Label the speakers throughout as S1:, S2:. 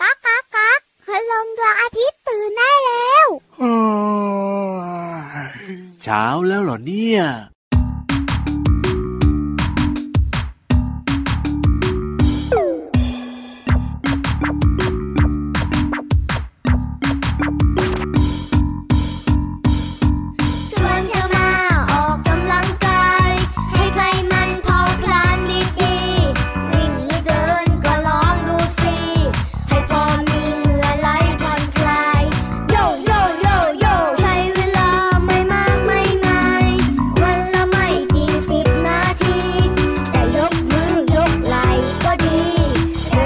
S1: กักกักกักคืลงดวงอาทิตย์ตื่นได้แล้ว
S2: เช้าแล้วเหรอเนี่ย
S1: ชวนเธอมาออกกำลังกาย ให้ใครมันเผาพลานดีๆ วิ่งหรือเดินก็ลองดูสิ ให้พอมีเหงื่อไหลผ่อนคลาย โยโยโยโยใช้เวลาไม่มากไม่นานวันละไม่กี่สิบนาที จะยกมือยกไหลก็ดี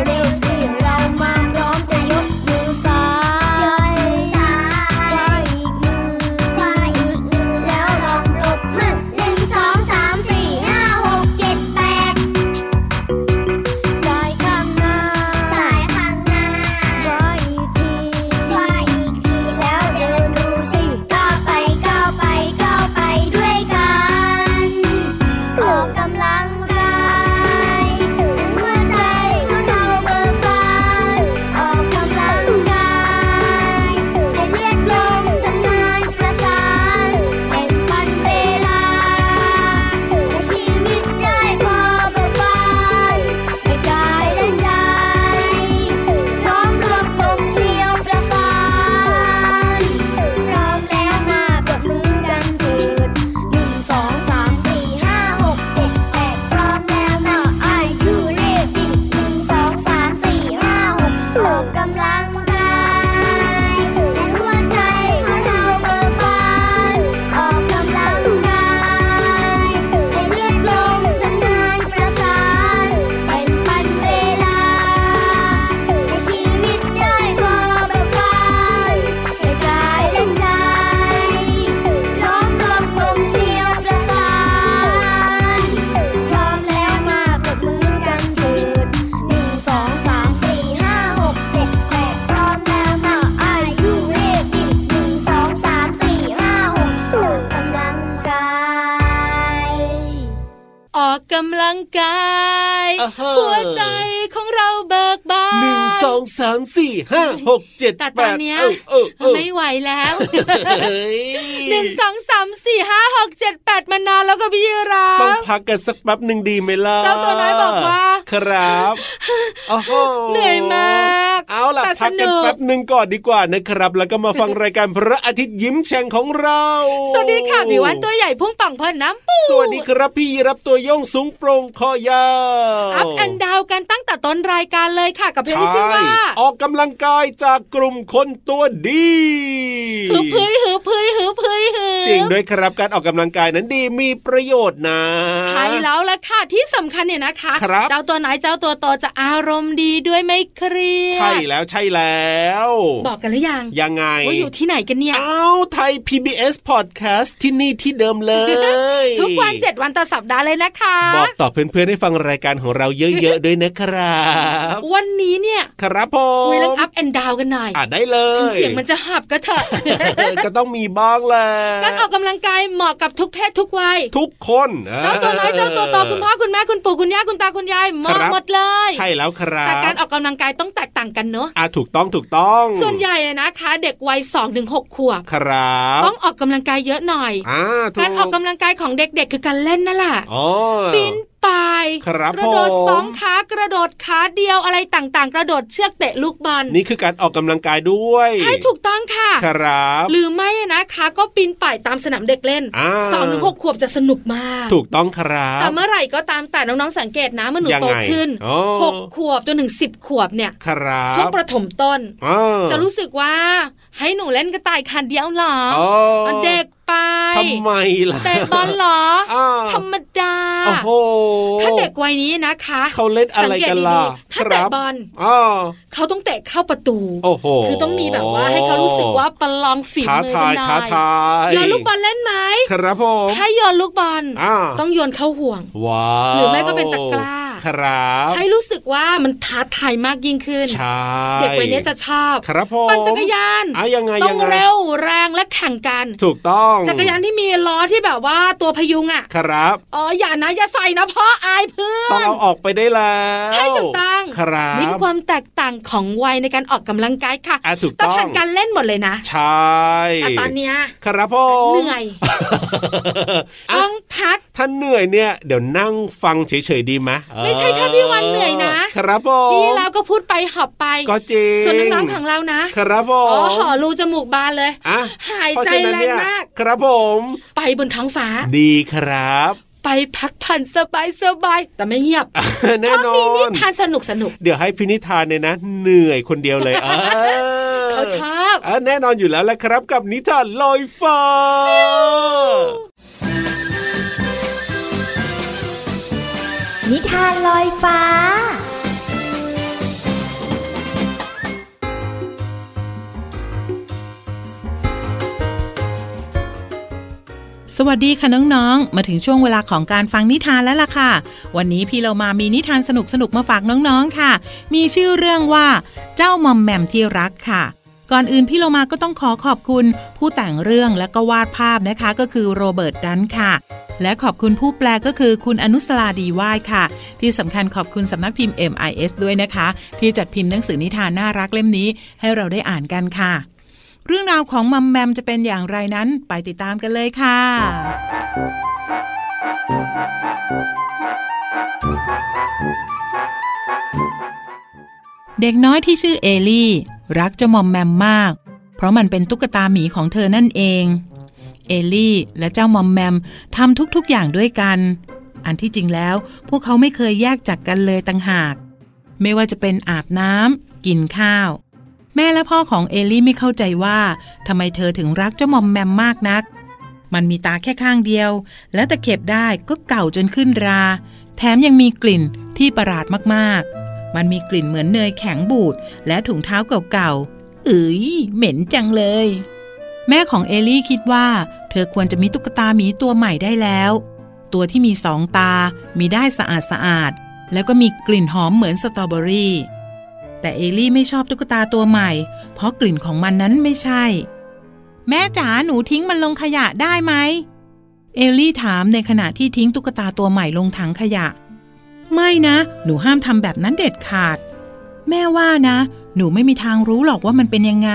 S1: เร็วๆสิเรามาพร้อมจะยกมือซ้ายซ้ายอีกมือขวาอีกมือแล้วลองปรบมือหนึ่งสองสามสี่ห้าหกเจ็ดแปด ซ้ายข้างหน้าซ้ายข้างหน้าขวาอีกทีขวาอีกทีแล้วเดินดูสิก้าวไปก้าวไปก้าวไปด้วยกันออกกำลังกายให้หัวใจของเราเบิกบานออกกำลังกายให้เลือดลมทำงานประสานแบ่งปันเวลา ให้ชีวิตได้พอเบิกบานให้กายและใจน้อมรวมกลมเกลียวประสานพร้อมแล้วมาปรบมือกันเถิดหนึ่งสองสามสี่ห้าหกเจ็ดแปดพร้อมแล้วมา Are you ready หนึ่งสองสามสี่ห้าหกออกกำลังกายให้หัวใจของเราเบิกบาน ออกกำลังกาย ให้เลือดลมทำงานประสานเป็นปันเวลา ให้ชีวิตได้พอเบิกบานให้กายและใจล้อมรวมกลมเกลียวประสาน พร้อมแล้วมาปรบมือกันเถิดหนึ่งสองสามสี่ห้าหกเจ็ดแปดพร้อมแล้วมา Are you ready หนึ่งสองสามสี่ห้าหกออกกำลังกาย
S3: ออกกำลังกาย
S2: อ่าฮะ
S3: หัวใจของเราเบิกบาน
S2: หนึ่งสองสามสี่ห้าหกเจ็ด
S3: แต่
S2: แป
S3: ตอน
S2: ด
S3: เนี้ย
S2: เออเออเออ
S3: ไม่ไหวแล้ว
S2: เฮ้ย
S3: หนึ่งสองสามสี่ห้าหกเจ็ดแปดมานานแล้วก็พี่รั
S2: ต้อง
S3: ก
S2: พักกันสักแป๊บหนึ่งดีไหมล่ะ
S3: เจ้าตัวน้อยบอกว่า
S2: ครับโอ้โห
S3: เหนื่อยมาก
S2: เอาล่ะ
S3: แต่ส
S2: พักกัน
S3: นุก
S2: แป๊บหนึ่งก่อนดีกว่านะครับ แล้วก็มาฟังรายการพระอาทิตย์ยิ้มแฉ่งของเรา
S3: สวัสดีค่ะพี่วันตัวใหญ่พุ่งปังพอน้ำปู
S2: สวัสดีครับพี่รับตัวโยงสูงโปร่งคอยาว
S3: อัพแอนดาวกันตั้งแต่ต้นรายการเลยค่ะกับเพลงที่ชื่อว่า
S2: ใช่ออกกำลังกายจากกลุ่มคนตัวดี
S3: หือพื้ยหือพื้ยหือพื้ยหือ
S2: จริงด้วยครับการออกกำลังกายนั้นดีมีประโยชน์นะ
S3: ใช่แล้วละค่ะที่สำคัญเนี่ยนะคะ
S2: ครับ
S3: เจ้าตัวไหนเจ้าตัวโตจะอารมณ์ดีด้วยไม่เครียด
S2: ใช่แล้วใช่แล้ว
S3: บอกกันหรือยัง
S2: ยังไง
S3: ว่าอยู่ที่ไหนกันเนี่ย
S2: เอาไทย PBS Podcast ที่นี่ที่เดิมเลย
S3: ทุกวันเจ็ดวันต่อสัปดาห์เลยนะคะ
S2: บอกต่อเพื่อนๆให้ฟังรายการของเราเยอะๆ ด้วยนะครับ
S3: วันนี้เนี่ย
S2: ครับผม
S3: คุยเรื่องอัพแอนดาวกันหน่อย
S2: อ่ะได้เล
S3: ถึง
S2: ย
S3: เสียงมันจะหับก็เถอะ
S2: เออก็ต้องมีบ้างแหละ
S3: การออกกำลังกายเหมาะกับทุกเพศทุกวัย
S2: ทุกคน
S3: เจ้าตัวน้อยเจ้าตัวโตคุณพ่อ
S2: อ
S3: คุณแม่คุณปู่คุณย่าคุณตาคุณยาย
S2: ค
S3: เหมาะ
S2: รับ
S3: หมดเลย
S2: ใช่แล้วครับ
S3: แต่การออกกำลังกายต้องแตกต่างกันเนอะ
S2: อ่ะถูกต้องถูกต้อง
S3: ส่วนใหญ่อะนะคะ เด็กวัยสองถึงหกขวบ
S2: ครับ
S3: ต้องออกกำลังกายเยอะหน่อย
S2: อ่าถู
S3: การออกกำลังกายของเด็กๆ คือการเล่นนั่นแหละ
S2: อ๋อ
S3: ปีนป่าย
S2: ครับ
S3: กระโดด
S2: ผม
S3: สองขากระโดดขาเดียวอะไรต่างๆ กระโดดเชือกเตะลูกบอล
S2: นี่คือการออกกำลังกายด้วย
S3: ใช่ถูกต้องค่ะ
S2: ครับ
S3: หรือไม่อะนะคะก็ปีนป่ายตามสนามเด็กเล่น
S2: อ่า
S3: สองถึงหกขวบจะสนุกมาก
S2: ถูกต้องครับ
S3: แต่เมื่อไหร่ก็ตามแต่น้องๆสังเกตนะเมื่อหนู
S2: ยัง
S3: โต
S2: ไง
S3: ขึ้น
S2: อ๋อ
S3: หกขวบจนถึงสิบขวบเนี่ย
S2: ครับ
S3: ช่วงประถมต้น
S2: อ่า
S3: จะรู้สึกว่าให้หนูเล่นกระต่ายขาเดียวเหรอ
S2: อ๋อ
S3: มันเด็กไป
S2: ทำไมล่ะ
S3: เตะบอลเหรอ
S2: อ่า
S3: ธรรมดา
S2: โอ้โห
S3: ถ้าเด็กวัยนี้นะคะ
S2: เขาเล่นอะไรกันล่ะ
S3: สังเตดีๆถ้าเตะบอล
S2: อ๋อ
S3: เขาต้องเตะเข้าประตู
S2: โอ้โห
S3: คือต้องมีแบบว่าให้เขารู้สึกว่าประลองฝี
S2: ท้า
S3: มือ
S2: ทาย
S3: กันห
S2: ท้า
S3: น่อ
S2: ทาย
S3: ยโยนลูกบอลเล่นไหม
S2: ครับผม
S3: ถ้าโยนลูกบอล
S2: อ่า
S3: ต้องโยนเข้าห่วง
S2: ว้าว
S3: หรือไม่ก็เป็นตะกร้า
S2: ครับ
S3: ให้รู้สึกว่ามันท้าทายมากยิ่งขึ้น
S2: ใช่
S3: เด็กวัยนี้จะชอบ
S2: ครับผม
S3: ปั่นจักรยาน
S2: อ่ะยังไง
S3: ต้อ
S2: ยัง ไ
S3: เร็วแรงและแข่งกัน
S2: ถูกต้อง
S3: จักรยานที่มีล้อที่แบบว่าตัวพยุงอ่ะ
S2: ครับ
S3: อ๋ออย่านะอย่าใส่นะพ่ออายเพื่อน
S2: ต้องเอาออกไปได้แล้ว
S3: ใช่ถูกต้อง
S2: ครับ
S3: นี่คือความแตกต่างของวัยในการออกกำลังกายค่ะ
S2: อ่ะถูก
S3: ต้อง
S2: ต้อง
S3: ผ่านการเล่นหมดเลยนะ
S2: ใช่
S3: แต่ตอนเนี้ย
S2: ครับผม
S3: เหนื่ อย
S2: อ่ะ
S3: ต้องพัก
S2: ถ้าเหนื่อยเนี่ย เดี๋ยวนั่งฟังเฉยๆดีไหมเออ
S3: ไม่ใช่แค่พี่วันเหนื่อยนะ
S2: ครับผ
S3: พี่
S2: ม
S3: เราก็พูดไปหอบไป
S2: ก็จริง
S3: ส่วนน้องๆของเรานะครับ
S2: ผ
S3: อ๋อ
S2: ม
S3: หอรูจมูกบานเลย
S2: อ่ะ
S3: หาย
S2: เพราะ
S3: ใจ
S2: ฉะนั้น
S3: แรง
S2: เนี่ย
S3: มาก
S2: ครับผม
S3: ไปบนท้องฟ้า
S2: ดีครับ
S3: ไปพักผ่อนสบายสบายๆแต่ไม่เงียบ
S2: แน่
S3: เพ
S2: น
S3: ราะ
S2: อ
S3: มีนิ
S2: น
S3: ทานสนุกสนุก
S2: เดี๋ยวให้พินิธานเนี่ยนะ เหนื่อยคนเดียวเลยเอ
S3: ๆเขาช
S2: อ
S3: อบ
S2: อ่ะแน่นอนอยู่แล้วแหละครับกับนิทานลอยฟ้า
S4: นิทานลอยฟ้า
S5: สวัสดีค่ะน้องๆ มาถึงช่วงเวลาของการฟังนิทานแล้วล่ะค่ะ วันนี้พี่เรามามีนิทานสนุกๆ มาฝากน้องๆ ค่ะ มีชื่อเรื่องว่า เจ้ามอมแหมมที่รักค่ะ ก่อนอื่นพี่เรามาก็ต้องขอขอบคุณ ผู้แต่งเรื่องและก็วาดภาพนะคะก็คือโรเบิร์ตดันค่ะ และขอบคุณผู้แปลก็คือคุณอนุสราดีว่ายค่ะ ที่สำคัญขอบคุณสำนักพิมพ์ MIS ด้วยนะคะ ที่จัดพิมพ์หนังสือนิทานน่ารักเล่มนี้ ให้เราได้อ่านกันค่ะ เรื่องราวของมัมแมมจะเป็นอย่างไรนั้นไปติดตามกันเลยค่ะ เด็กน้อยที่ชื่อเอลี่ รักเจ้ามอมแมมมาก เพราะมันเป็นตุ๊กตาหมีของเธอนั่นเอง เอลี่และเจ้ามอมแมมทำทุกๆอย่างด้วยกัน อันที่จริงแล้วพวกเขาไม่เคยแยกจากกันเลยต่างหาก ไม่ว่าจะเป็นอาบน้ำกินข้าว แม่และพ่อของเอลี่ไม่เข้าใจว่าทำไมเธอถึงรักเจ้ามอมแมมมากนัก มันมีตาแค่ข้างเดียว และตะเข็บได้ก็เก่าจนขึ้นรา แถมยังมีกลิ่นที่ประหลาดมากๆ มันมีกลิ่นเหมือนเนยแข็งบูดและถุงเท้าเก่าๆเอ๋ยเหม็นจังเลย แม่ของเอลี่คิดว่า เธอควรจะมีตุ๊กตาหมีตัวใหม่ได้แล้ว ตัวที่มีสองตา มีได้สะอาดสะอาดๆแล้วก็มีกลิ่นหอมเหมือนสตรอเบอรี่ แต่เอลี่ไม่ชอบตุ๊กตาตัวใหม่ เพราะกลิ่นของมันนั้นไม่ใช่ แม่จ๋าหนูทิ้งมันลงขยะได้ไหม เอลี่ถามในขณะที่ทิ้งตุ๊กตาตัวใหม่ลงถังขยะ ไม่นะ หนูห้ามทำแบบนั้นเด็ดขาด แม่ว่านะ หนูไม่มีทางรู้หรอกว่ามันเป็นยังไง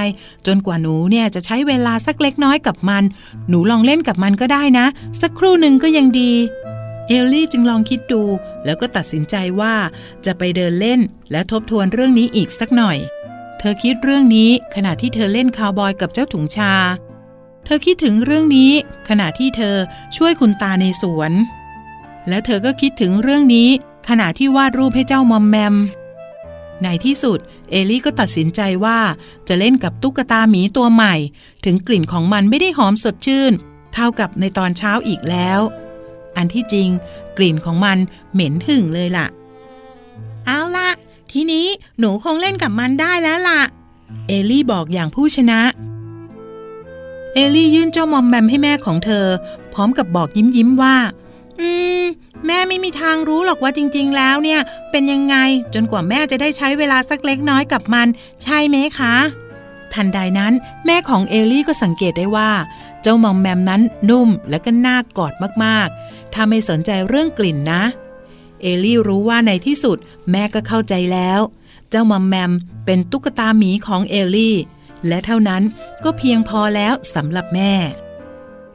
S5: จนกว่าหนูเนี่ยจะใช้เวลาสักเล็กน้อยกับมัน หนูลองเล่นกับมันก็ได้นะ สักครู่หนึ่งก็ยังดี เอลลี่จึงลองคิดดู แล้วก็ตัดสินใจว่าจะไปเดินเล่นและทบทวนเรื่องนี้อีกสักหน่อย เธอคิดเรื่องนี้ขณะที่เธอเล่นคาวบอยกับเจ้าถุงชา เธอคิดถึงเรื่องนี้ ขณะที่เธอช่วยคุณตาในสวน และเธอก็คิดถึงเรื่องนี้ ขณะที่วาดรูปให้เจ้ามอมแมม ในที่สุด เอลลี่ก็ตัดสินใจว่าจะเล่นกับตุ๊กตาหมีตัวใหม่ ถึงกลิ่นของมันไม่ได้หอมสดชื่น เท่ากับในตอนเช้าอีกแล้ว อันที่จริง กลิ่นของมันเหม็นหึ่งเลยล่ะ เอาละทีนี้หนูคงเล่นกับมันได้แล้วล่ะ เอลลี่บอกอย่างผู้ชนะ เอลลี่ยื่นเจ้ามอมแมมให้แม่ของเธอ พร้อมกับบอกยิ้มยิ้มๆว่า อืม แม่ไม่มีทางรู้หรอกว่าจริง ๆ แล้วเนี่ย เป็นยังไงจนกว่าแม่จะได้ใช้เวลาสักเล็กน้อยกับมัน ใช่ไหมคะ ทันใดนั้นแม่ของเอลลี่ก็สังเกตได้ว่า เจ้ามอมแมมนั้นนุ่มและก็น่ากอดมากๆ ถ้าไม่สนใจเรื่องกลิ่นนะ เอลลี่รู้ว่าในที่สุดแม่ก็เข้าใจแล้ว เจ้ามอมแมมเป็นตุ๊กตาหมีของเอลลี่ และเท่านั้นก็เพียงพอแล้วสำหรับแม่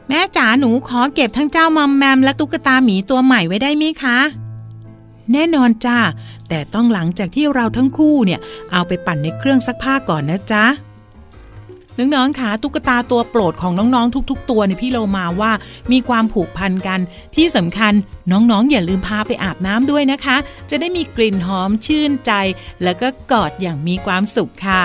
S5: แม่จ๋าหนูขอเก็บทั้งเจ้ามอมแมมและตุ๊กตาหมีตัวใหม่ไว้ได้ไหมคะ แน่นอนจ้าแต่ต้องหลังจากที่เราทั้งคู่เนี่ย เอาไปปั่นในเครื่องซักผ้าก่อนนะจ๊ะ น้องๆคะตุ๊กตาตัวโปรดของน้องๆ ทุก ๆ ตัวในยพี่โลมาว่ามีความผูกพันกัน ที่สำคัญน้องๆ อย่าลืมพาไปอาบน้ำด้วยนะคะ จะได้มีกลิ่นหอมชื่นใจ แล้วก็กอดอย่างมีความสุขค่ะ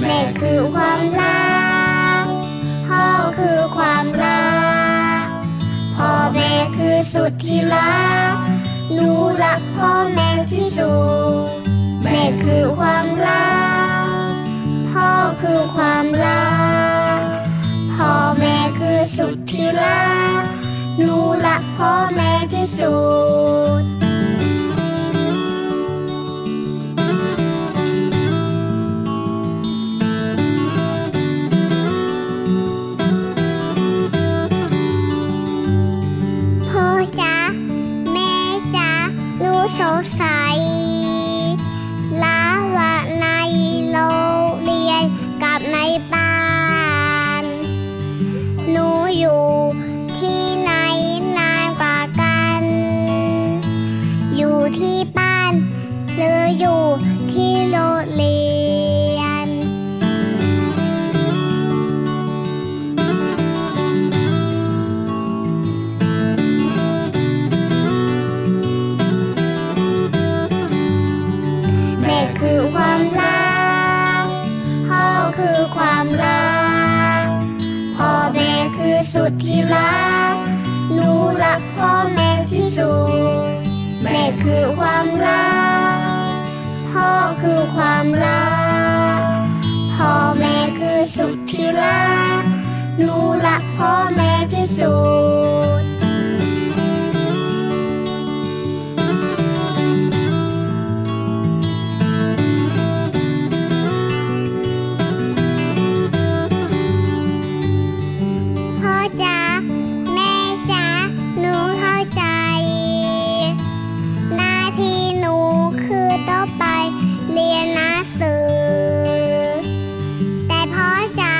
S1: แม่คือความรัก พ่อคือความรัก พ่อแม่คือสุดที่รัก หนูรักพ่อแม่ที่สุด แม่คือความรัก พ่อ
S6: พ่อคือความรัก พ่อแม่คือสุดที่รัก หนูรักพ่อแม่ที่สุด พ่อจ๊ะแม่จ๊ะหนูสงสัยล้าว่าในโรงเรียนกับในบ้านหนูอยู่ที่ไหนนานกว่ากัน อยู่ที่บ้าน หรืออยู่ที่โรงเรียน แม่คือความรัก พ่อคือความรัก พ่อแม่คือสุดที่รัก หนูรักพ่อแม่ที่สุด แม่คือความรัก พ่อคือความรัก พ่อแม่คือสุดที่รัก หนูรักพ่อแม่ที่สุด พ่อจ๊ะแม่จ๊ะหนูเข้าใจ หน้าที่หนูคือต้องไปเรียนหนังสือ แต่พ่อจ๊ะ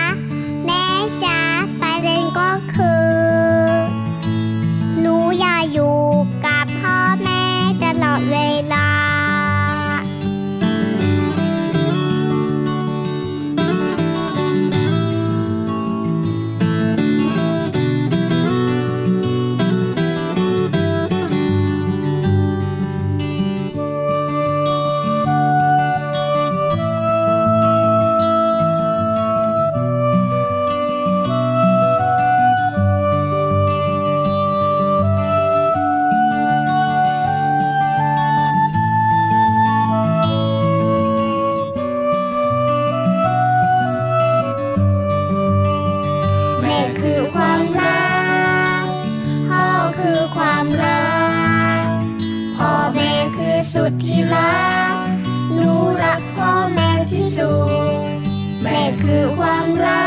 S6: แม่จ๊ะประเด็นก็คือ หนูอยากอยู่กับพ่อแม่ตลอดเวลา แม่คือความรัก พ่อคือความรัก พ่อแม่คือสุดที่รัก หนูรักพ่อแม่ที่สุด แม่คือความรั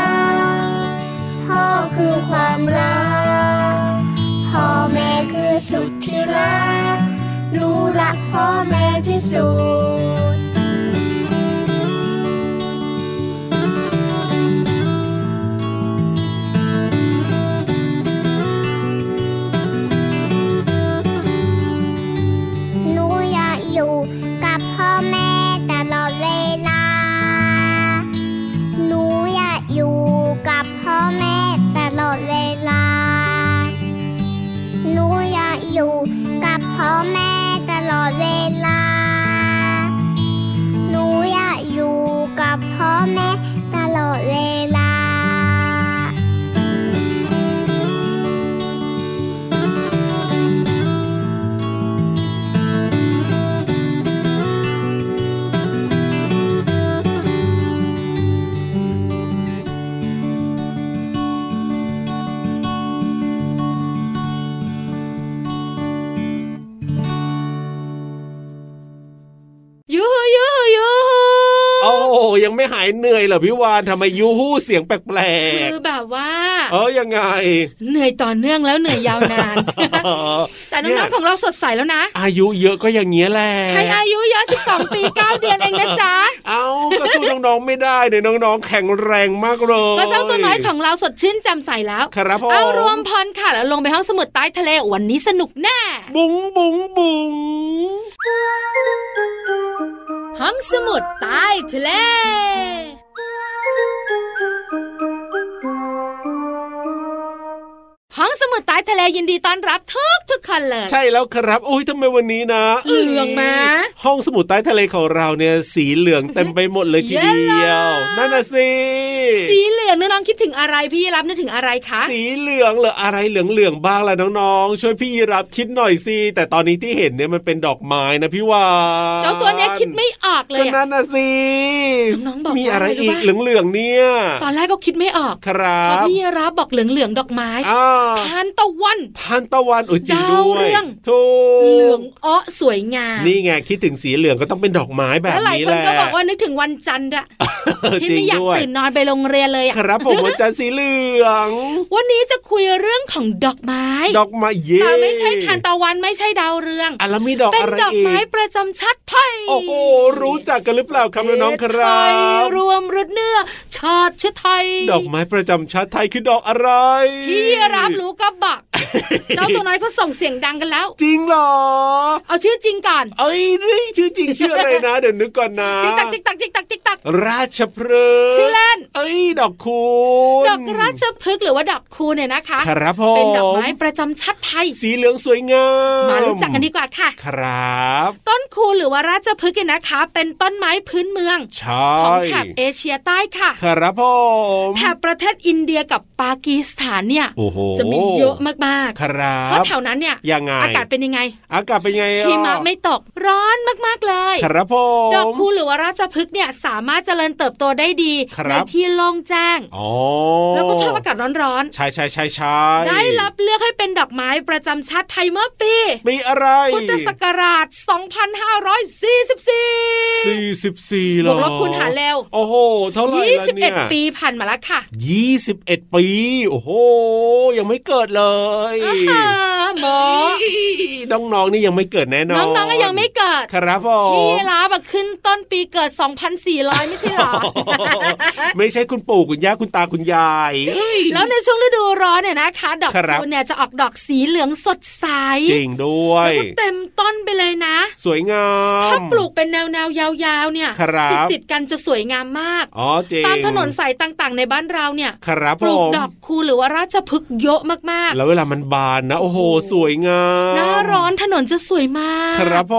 S6: ก พ่อคือความรัก พ่อแม่คือสุดที่รัก หนูรักพ่อแม่ที่สุด หนูอยากอยู่กับพ่อแม่ตลอดเวลา หนูอยากอยู่กับพ่อแม่ตลอดเวลา หนูอยากอยู่กับพ่อแม่ตลอดเวลา หนูอยากอยู่กับพ่อแม่ตลอดเวลา
S3: ยูฮูยูฮูยูฮู
S2: โอ้โหยังไม่หายเหนื่อยเหรอพี่วานทำไมยูฮู้เสียงแปลก
S3: คือแบบว่า
S2: ๆเออยัง ไง
S3: เหนื่อยต่อเนื่องแล้วเหนื่อยยาว นาน
S2: เออ
S3: แต่น้องๆของเราสดใสแล้วนะ
S2: อายุเยอะก็อย่างเงี้ยแหละ
S3: ใครอายุเยอะ 12 ปี 9 เดือนเองนะจ๊ะ
S2: เอาก็สู้น้องๆไม่ได้เนี่ยน้องๆ แข็งแรงมากเลย
S3: ก็เจ้าตัวน้อยของเราสดชื่นแจ่มใสแล้ว
S2: ครับผม
S3: เอารวมพรค่ะแล้วลงไปห้องสมุดใต้ทะเลวันนี้สนุกแน่
S2: บุ๋งบุ๋งบุ๋ง
S3: ห้องสมุดใต้ทะเล ห้องสมุดใต้ทะเลยินดีต้อนรับทุกทุกๆคนเลย
S2: ใช่แล้วครับอุ้ยทำไมวันนี้นะ
S3: เหลืองมะ
S2: ห้องสมุดใต้ทะเลของเราเนี่ยสีเหลืองเต็มไปหมดเลยทีเดี
S3: เย้
S2: ยว
S3: ล่ะ
S2: นั่นน่ะสิ
S3: สีเหลือง น้องๆคิดถึงอะไรพี่รับนึกถึงอะไรคะ
S2: สีเหลืองเหรืออะไรเหลืองเหลืองๆบ้างล่ะน้องๆช่วยพี่ยีรับคิดหน่อยสิแต่ตอนนี้ที่เห็นเนี่ยมันเป็นดอกไม้นะพี่วาน
S3: เจ้าตัวเนี้ยคิดไม่ออกเลย
S2: ก็
S3: อะ
S2: นั่นน่ะสิ
S3: น้องๆบอก
S2: มีอะไร
S3: ว่าอะไรรู้
S2: อีก
S3: ปะ
S2: เหลืองเหลืองๆเนี่ย
S3: ตอนแรกก็คิดไม่ออก
S2: ครั
S3: พอบ พี่รับบอกเหลืองๆดอกไม้
S2: อ้าว
S3: ทานตะวัน
S2: ทานตะวันโอ้ยจริงด้ว
S3: ดาวย เรือง
S2: ถู
S3: เหลือก งอ้อสวยงาม
S2: นี่ไงคิดถึงสีเหลืองก็ต้องเป็นดอกไม้แบบ
S3: แล้วหลาย
S2: นี้
S3: ค
S2: แห
S3: น
S2: ละ
S3: ก็บอกว่านึกถึงวันจันทร์ด้วย
S2: เออ
S3: ที่
S2: จริง
S3: ไม่อยาก
S2: ด้วย
S3: ตื่นนอนไปโรงเรียนเลยอะ
S2: ครับผมวันจันทร์สีเหลือง
S3: วันนี้จะคุยเรื่องของดอกไม้
S2: ดอกไม้เย่
S3: แต่ไม่ใช่ทานตะวันไม่ใช่ดาวเรือง
S2: อ่ะแล้วมีดอก
S3: เป็น
S2: อะไร
S3: ดอก
S2: อี
S3: ไม้
S2: ก
S3: ประจำชาติไทย
S2: โอ้โหรู้จักกันหรือเปล่าครับน้องๆครั
S3: ไทย
S2: บ
S3: รวมรุดเนื้อชาติเชื้อไทย
S2: ดอกไม้ประจำชาติไทยคือดอกอะไร
S3: พี่รับรู้ก็บอก เจ้าตัวน้อยก็ส่งเสียงดังกันแล้ว
S2: จริงเหรอ
S3: เอาชื่อจริงก่อน
S2: เอ้ยนี่ชื่อจริงชื่ออะไร นะ เดี๋ยวนึกก่อนนะ
S3: ติ๊กตักติ๊กตักติ๊กตักติ๊กตัก
S2: ราชพฤกษ์
S3: ชื่อเล่น
S2: เอ้ยดอกคูณ
S3: ดอกราชพฤกษ์หรือว่าดอกคูณเนี่ยนะคะ
S2: ครับผม
S3: เป็นดอกไม้ประจำชาติไทย
S2: สีเหลืองสวยงาม
S3: มารู้จักกันดีกว่าค่ะ
S2: ครับ
S3: ต้นคูณหรือว่าราชพฤกษ์เนี่ยนะคะ เป็นต้นไม้พื้นเมือง
S2: ใช่
S3: ของแถบเอเชียใต้ค่ะ
S2: ครับผม
S3: แถบประเทศอินเดียกับปากีสถานเนี่ย
S2: โอ้โห
S3: จะมีเยอะมาก
S2: ครับ
S3: ๆเพราะแถวนั้นเนี่ย
S2: ยังไง
S3: อากาศเป็นยังไง
S2: อากาศเป็นไงอ่
S3: หิมะไม่ตกร้อนมากๆเลย
S2: ครับผม
S3: ดอกคูณหรือว่าราชพฤกษ์เนี่ยสามารถเจริญเติบโตได้ดี
S2: ครับ
S3: ในที่โล่งแจ้ง
S2: อ๋อ
S3: แล้วก็ชอบอากาศร้อนๆ
S2: ใช่ใช่ใช่ใช่
S3: ได้รับเลือกให้เป็นดอกไม้ประจำชาติไทยเมื่อปี
S2: มีอะไร
S3: พุทธศักราช 2544
S2: สี่สิบสี่ห
S3: บ
S2: รอ
S3: วกลบคูณหารเร็ว
S2: โอ้โห เท่าไหร่แล้วเนี่ย
S3: 21 ปีผ่านมาแล้วค่ะ
S2: ยี่สิบเอ็ดปี โอ้โห ยังไม่เกิดเลย
S3: อาหาหมอ
S2: น้องๆนี่ยังไม่เกิดแน่นอน
S3: น้องๆก็ยังไม่เกิด
S2: ครับผ
S3: พี่
S2: ม
S3: ลาบอะขึ้นต้นปีเกิด 2,400 ไม่ใช่เหรอ
S2: ไม่ใช่คุณปู่คุณย่าคุณตาคุณยาย
S3: แล้วในช่วงฤดูร้อนเนี่ยนะคะ ดอก
S2: ครับ
S3: คูณเนี่ยจะออกดอกสีเหลืองสดใส
S2: จริงด้ว
S3: แล้ว
S2: ย
S3: ก็เต็มต้นไปเลยนะ
S2: สวยงาม
S3: ถ้าปลูกเป็นแนวๆยาวๆเนี่ย
S2: ครับ
S3: ติดๆกันจะสวยงามมาก
S2: อ๋อจริง
S3: ตามถนนสายต่างๆ ในบ้านเราเนี่ย
S2: ครับ
S3: ปลูก
S2: ผม
S3: ดอกคูณหรือว่าราชพฤกษ์เยอะมาก
S2: แล้วเวลามันบานนะ โอ้โห
S3: โอ้โห
S2: สวยงาม
S3: ๆ หน้าร้อนถนนจะสวยมาก
S2: ครับผ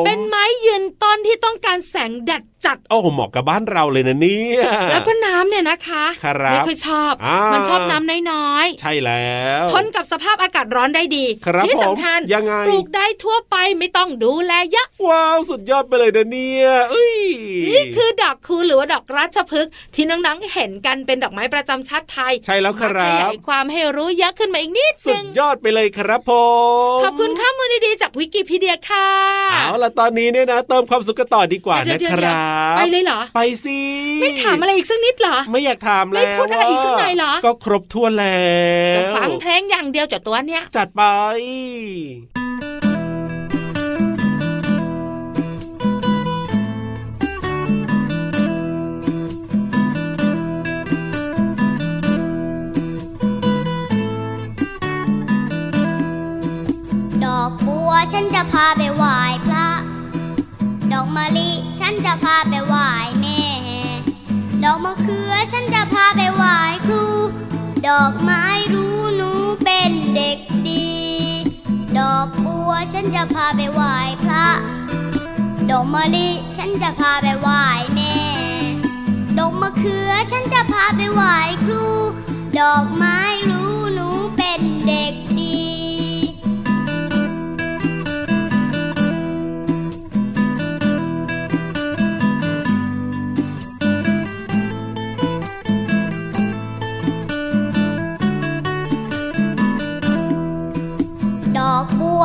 S2: ม
S3: เป็นไม้ยืนต้นที่ต้องการแสงแดดจัด
S2: โอ้โหเหมาะกับบ้านเราเลยนะเนี่ย
S3: แล้วก็น้ำเนี่ยนะคะ
S2: ครับ
S3: ไม่ค่อยชอบ
S2: อ่ามั
S3: มันชอบน้ำน้อย
S2: ใช่แล้ว
S3: ๆทนกับสภาพอากาศร้อนได้ดี
S2: ครับ
S3: ที่
S2: ผม
S3: สำคัญ
S2: ยังไง
S3: ปลูกได้ทั่วไปไม่ต้องดูแลเยอะ
S2: ว้าวสุดยอดไปเลยนะเนี่ยเอ้ย
S3: นี่คือดอกคูณหรือว่าดอกราชพฤกษ์ที่น้องๆเห็นกันเป็นดอกไม้ประจำชาติไทย
S2: ใช่แล้วค
S3: มาข
S2: รั
S3: ยา
S2: บ
S3: ยความให้รู้เยอะขึ้นมาอีกนิด
S2: สุ
S3: นึ
S2: ด
S3: ง
S2: ยอดไปเลยครับผม
S3: ขอบคุณข้อมูลดีๆจากวิกิพีเดียค่ะ
S2: เอาล่ะตอนนี้เนี่ยนะ เติมความสุขกันต่อดีกว่า
S3: เดี๋
S2: นะ
S3: ยวๆ
S2: ค
S3: เดี๋
S2: รั
S3: ยวๆ
S2: บ
S3: ไปเลยเหรอ
S2: ไปสิ
S3: ไม่ถามอะไรอีกสักนิดเหรอ
S2: ไม่อยากถาม
S3: ไม่
S2: แล้ว
S3: พูดอะไรอีกสักหน่อยเหรอ
S2: ก็ครบทั่วนแล้ว
S3: จะฟังเพลงอย่างเดียวจากตัวเนี้ย
S2: จัดไป
S7: ดอกบัวฉันจะพาไปไหว้พระ ดอกมะลิฉันจะพาไปไหว้แม่ ดอกมะเขือฉันจะพาไปไหว้ครู ดอกไม้รู้หนูเป็นเด็กดี ดอกบัวฉันจะพาไปไหว้พระ ดอกมะลิฉันจะพาไปไหว้แม่ ดอกมะเขือฉันจะพาไปไหว้ครู ดอกไม้รู้หนูเป็นเด็กดี ดอกบัว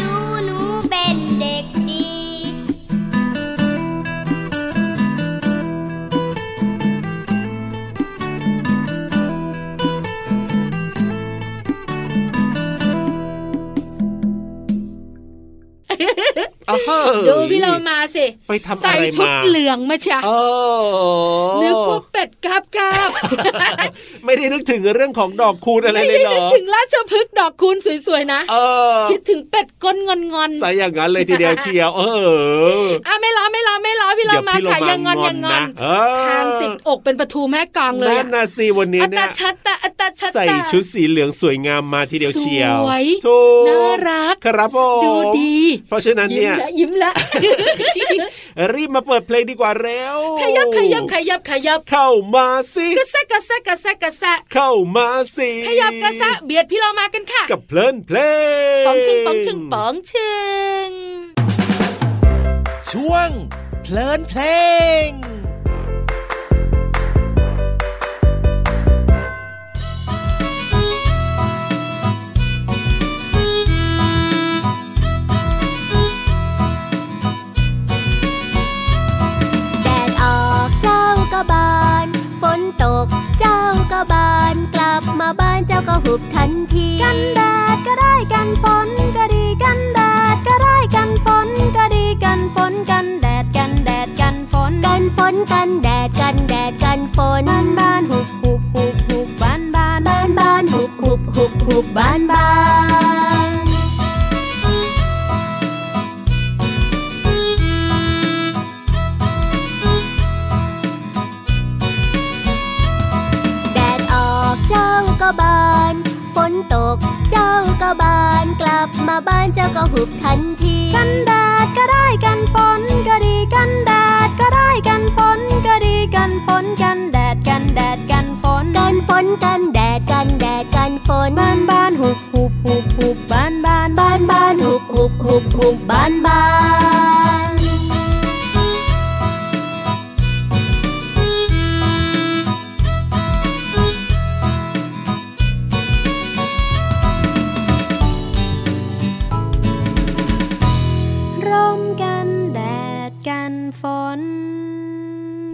S7: รู้หนูเป็นเด็กดี
S3: ดูพี่เรามาสิ
S2: ไปทำอะไรมา
S3: ใส่ชุดเหลืองมาเชีย
S2: เออ
S3: นึกว่า เป็ดกาบกาบ
S2: ไม่ได้นึกถึงเรื่องของดอกคูณอะไร
S3: ไม่
S2: เลย
S3: ได้
S2: เหร
S3: นึก
S2: อ
S3: ถึงราชพฤกษ์ดอกคูณสวยๆนะ
S2: เออ
S3: คิดถึงเป็ดก้นงอนงอนๆ
S2: ใส่อย่างนั้นเลยทีเดียวเชียวเออ
S3: อ่ะไม่ล้อไม่ล้อไม่ล้อพี่เรามา
S2: เดี๋ยว
S3: ค่ะยังงอน
S2: งอ
S3: ยั
S2: น
S3: งงอน
S2: นะเออ
S3: คางติดอกเป็นประตูแม่กลองเลย
S2: นั่
S3: อะ
S2: นนะสิวันนี้
S3: อัต
S2: เนี่
S3: ตาย ชัดตะอัตตาชัด
S2: ใส่
S3: ตะ
S2: ชุดสีเหลืองสวยงามมาทีเดียวเชียว
S3: สวย
S2: ถูก
S3: น่ารัก
S2: ครับผม
S3: ดูดี
S2: เพราะฉะนั้น
S3: ยิ้ม
S2: เนี่ย
S3: ละยิ้มละ
S2: รีบมาเปิดเพลงดีกว่าเร็ว
S3: ขยับขยับขยับขยับ
S2: เข้ามาสิ
S3: กระแซะกระแซะกระแซะกระแซะ
S2: เข้ามาสิ
S3: ขยับกระแซะเบียดพี่เรามากันค่ะ
S2: กับเพลินเพลง
S3: ป๋องชึงป๋องชึงป๋องชึง
S8: ช่วงเพลินเพลง
S4: แดดออกเจ้าก็บาน ฝนตกเจ้าก็บาน กลับมาบ้านเจ้าก็หุบทันที กันแดดก็ได้กันฝนก็ดีกันแดดก็ได้กันฝนก็ดีกันฝนกันแดดกันแดดกันฝนกันฝนกันแดดกันแดดกันฝนบ้านบ้านหุบหุบหุบหุบบ้านบ้านบ้านบ้านหุบหุบหุบหุบบ้านบ้าน แดดออกเจ้าก็บาน ฝนตกเจ้าก็บาน กลับมาบ้านเจ้าก็หุบทันที กันแดดก็ได้กันฝนก็ดีกันแดดก็ได้กันฝนก็ดีกันฝนกันแดดกันแดดกันฝนกันฝนกันแดดกันแดดกันฝนบ้านบ้านหุบหุบหุบหุบบ้านบ้านบ้านบ้านหุบหุบหุบหุบบ้านบ้าน ร่มกันแดดกันฝน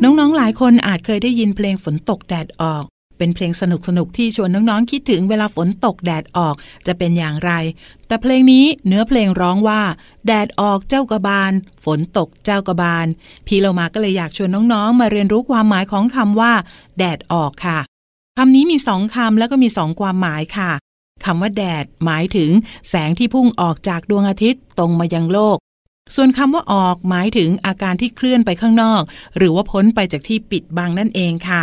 S5: น้องๆ หลายคนอาจเคยได้ยินเพลงฝนตกแดดออก เป็นเพลงสนุกๆ ที่ชวนน้องๆ คิดถึงเวลาฝนตกแดดออกจะเป็นอย่างไร แต่เพลงนี้เนื้อเพลงร้องว่า แดดออกเจ้ากระบาล ฝนตกเจ้ากระบาล พี่เรามาก็เลยอยากชวนน้องๆ มาเรียนรู้ความหมายของคำว่า แดดออกค่ะ คำนี้มีสองคำแล้วก็มีสองความหมายค่ะ คำว่าแดดหมายถึง แสงที่พุ่งออกจากดวงอาทิตย์ตรงมายังโลก ส่วนคำว่าออกหมายถึงอาการที่เคลื่อนไปข้างนอก หรือว่าพ้นไปจากที่ปิดบังนั่นเองค่ะ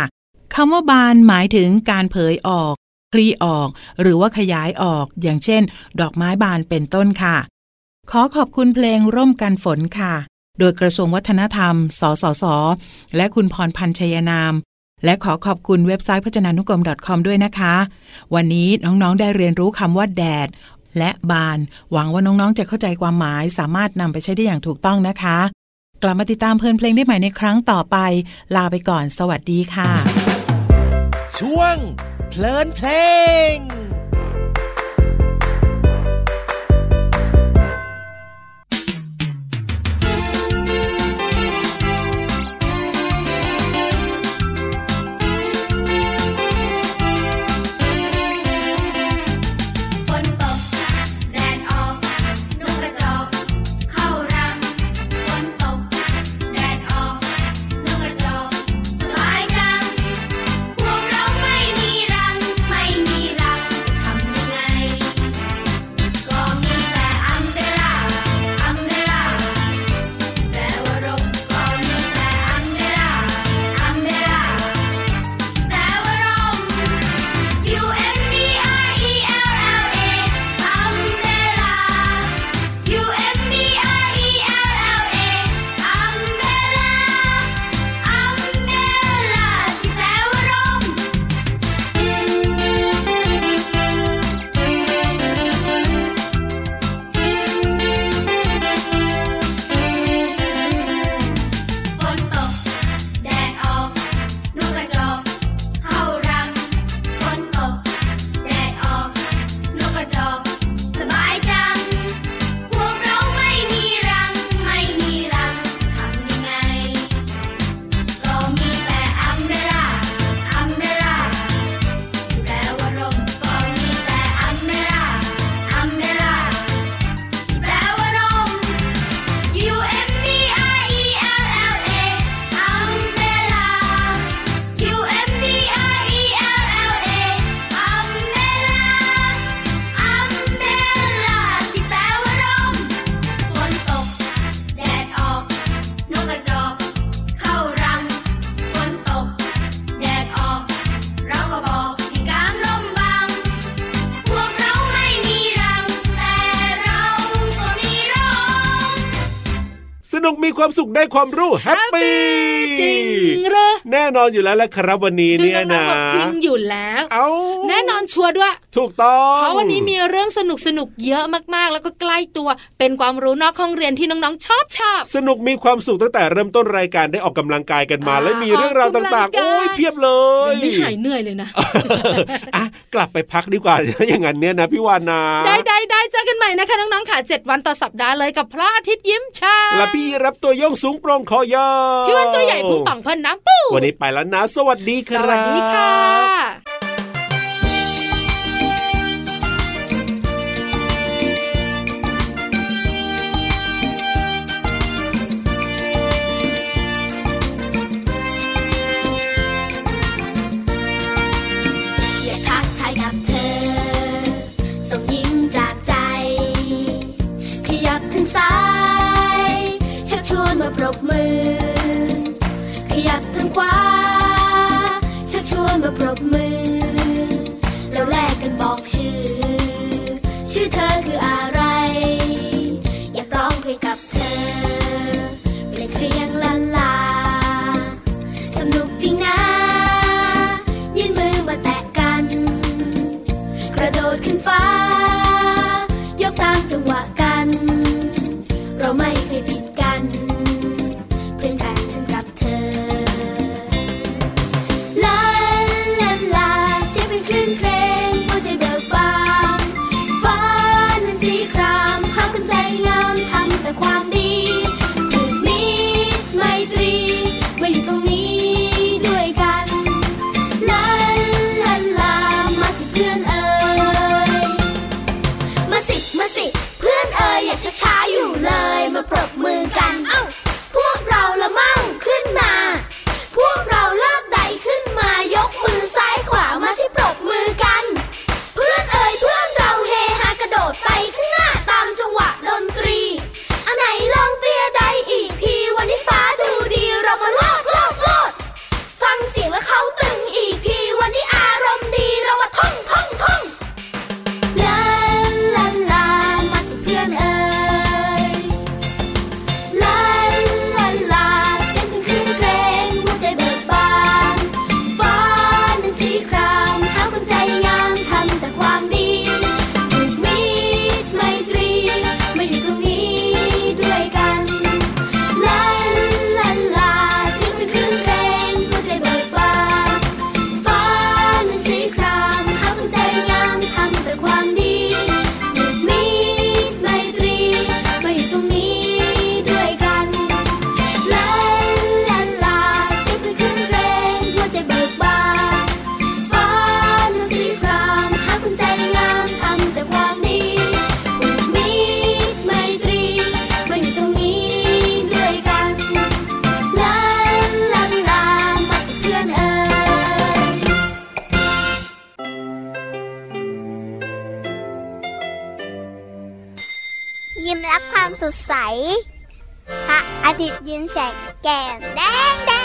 S5: คำว่าบานหมายถึงการเผยออกคลี่ออก หรือว่าขยายออก อย่างเช่น ดอกไม้บานเป็นต้นค่ะ ขอขอบคุณเพลงร่มกันฝนค่ะ โดยกระทรวงวัฒนธรรม สสส และคุณพรพันธ์ชยนาม และขอขอบคุณเว็บไซต์พจนานุกรม .com ด้วยนะคะ วันนี้น้องๆ ได้เรียนรู้คำว่าแดด และบาน หวังว่าน้องๆ จะเข้าใจความหมายสามารถนำไปใช้ได้อย่างถูกต้องนะคะ กลับมาติดตามเพลินเพลงได้ใหม่ในครั้งต่อไป ลาไปก่อน สวัสดีค่ะ
S8: ช่วงเพลินเพลง
S1: ฝนตกแดดออกนกกระจอกเข้ารัง ฝนตกแดดออกนกกระจอกสบายจัง พวกเราไม่มีรัง ไม่มีรัง
S2: นุกมีความสุขได้ความรู้แฮปปี้
S3: จริงเหรอ
S2: แน่นอนอยู่แล้วแหละครับวันนี้
S3: คือ
S2: เนี่ย
S3: น้อ
S2: นะ
S3: งๆบอกจริงอยู่แล้ว
S2: เอ้า
S3: แน่นอนชัวร์ด้วย
S2: ถูกต้อง
S3: เพราะวันนี้มีเรื่องสนุกสนุกๆเยอะมากๆ แล้วก็ใกล้ตัว เป็นความรู้นอกห้องเรียนที่น้องๆ ชอบชอบ
S2: สนุกมีความสุขตั้งแต่เริ่มต้นรายการได้ออกกำลังกายกันมา
S3: อ่า
S2: และมีเรื่องราวต่าง
S3: ออกกำลังกาย
S2: ๆ โอ้ยเพียบเลย
S3: ยังไม่หายเหนื่อยเลยนะ
S2: อ่ะกลับไปพักดีกว่า อย่างนั้นเนี่ยนะพี่วานนะ
S3: ได้ได้ได้เจอกันใหม่นะคะ น้องๆค่ะ7วันต่อสัปดาห์เลยกับพระอาทิตย์ยิ้มช่าง
S2: และพี่รับตัวโยงสูงโปร่งคอยาว
S3: พี่วันตัวใหญ่พุงป่องพ่นน้ำปู
S2: วันนี้ไปแล้วนะ สวัสดีค
S3: ส
S2: รับ
S3: วัสดีค่ะ
S1: อยากทักทายกับเธอ ส่งยิ้มจากใจ ขยับทางซ้ายชักชวนมาปรบมือ ขยับทางขวาชักชวนมาปรบมือ เราแลกกันบอกชื่อ ชื่อเธอคืออะไร อยากร้องเพลงกับเธอ เป็นเสียงละลา สนุกจริงนะ ยื่นมือมาแตะกัน กระโดดขึ้นฟ้า ยกตามจังหวะกัน เราไม่เคยผิดกัน เพื่อนกันฉันกับเธอ ลาลาลาเสียงเป็นคลื่นเพลงหัวใจเบิกบานฟ้านั้นสีครามหาคนใจงามทำแต่ความดีผูกมิตรไมตรีมาอยู่ตรงนี้ด้วยกัน ลาลาลามาสิเพื่อนเอ่ย มาสิ มาสิ เพื่อนเอ่ยอย่าช้าช้าๆอยู่เลย มาปรบมือกัน เอ้า พวกเราละมั่งขึ้นมา พวกเราเลิกใดขึ้นมายกมือซ้ายขวามาสิปรบมือกัน เพื่อนเอ่ยเพื่อนเราเฮฮากระโดดไปข้างหน้าตามจังหวะดนตรี อันไหนลองเตี้ยใดอีกที วันนี้ฟ้าดูดีเรามาโลดโลดโลด ฟังเสียงแล้วเขาตึงอีกทีวันนี้อารมณ์ดีเรามาท่องท่องท่องลาลาลามาสิเพื่อนเอ่ยลาลาลาเสียงเป็นคลื่นเพลงหัวใจเบิกบานฟ้านั้นสีครามหาคนใจงามทำแต่ความดีผูกมิตรไมตรีมาอยู่ตรงนี้ด้วยกัน ลาลาลาเสียงเป็นคลื่นเพลงหัวใจเบิกบานฟ้านั้นสีครามหาคนใจงามทำแต่ความดีหยุดมิตรไมตรีมาอยู่ตรงนี้ด้วยกันลาลาลาเสียงเป็นคลื่นเพลงหัวใจเบิกบานฟ้านั้นสีครามหาคนใจงามทำแต่ความดีหยุดมิตรไมตรีมาอยู่ตรงนี้ ด้วยกัน ลาลาลา มาสิเพื่อนเอ่ย
S9: ยิ้มรับความสดใส พระอาทิตย์ยิ้มแฉกแก้มแดงแด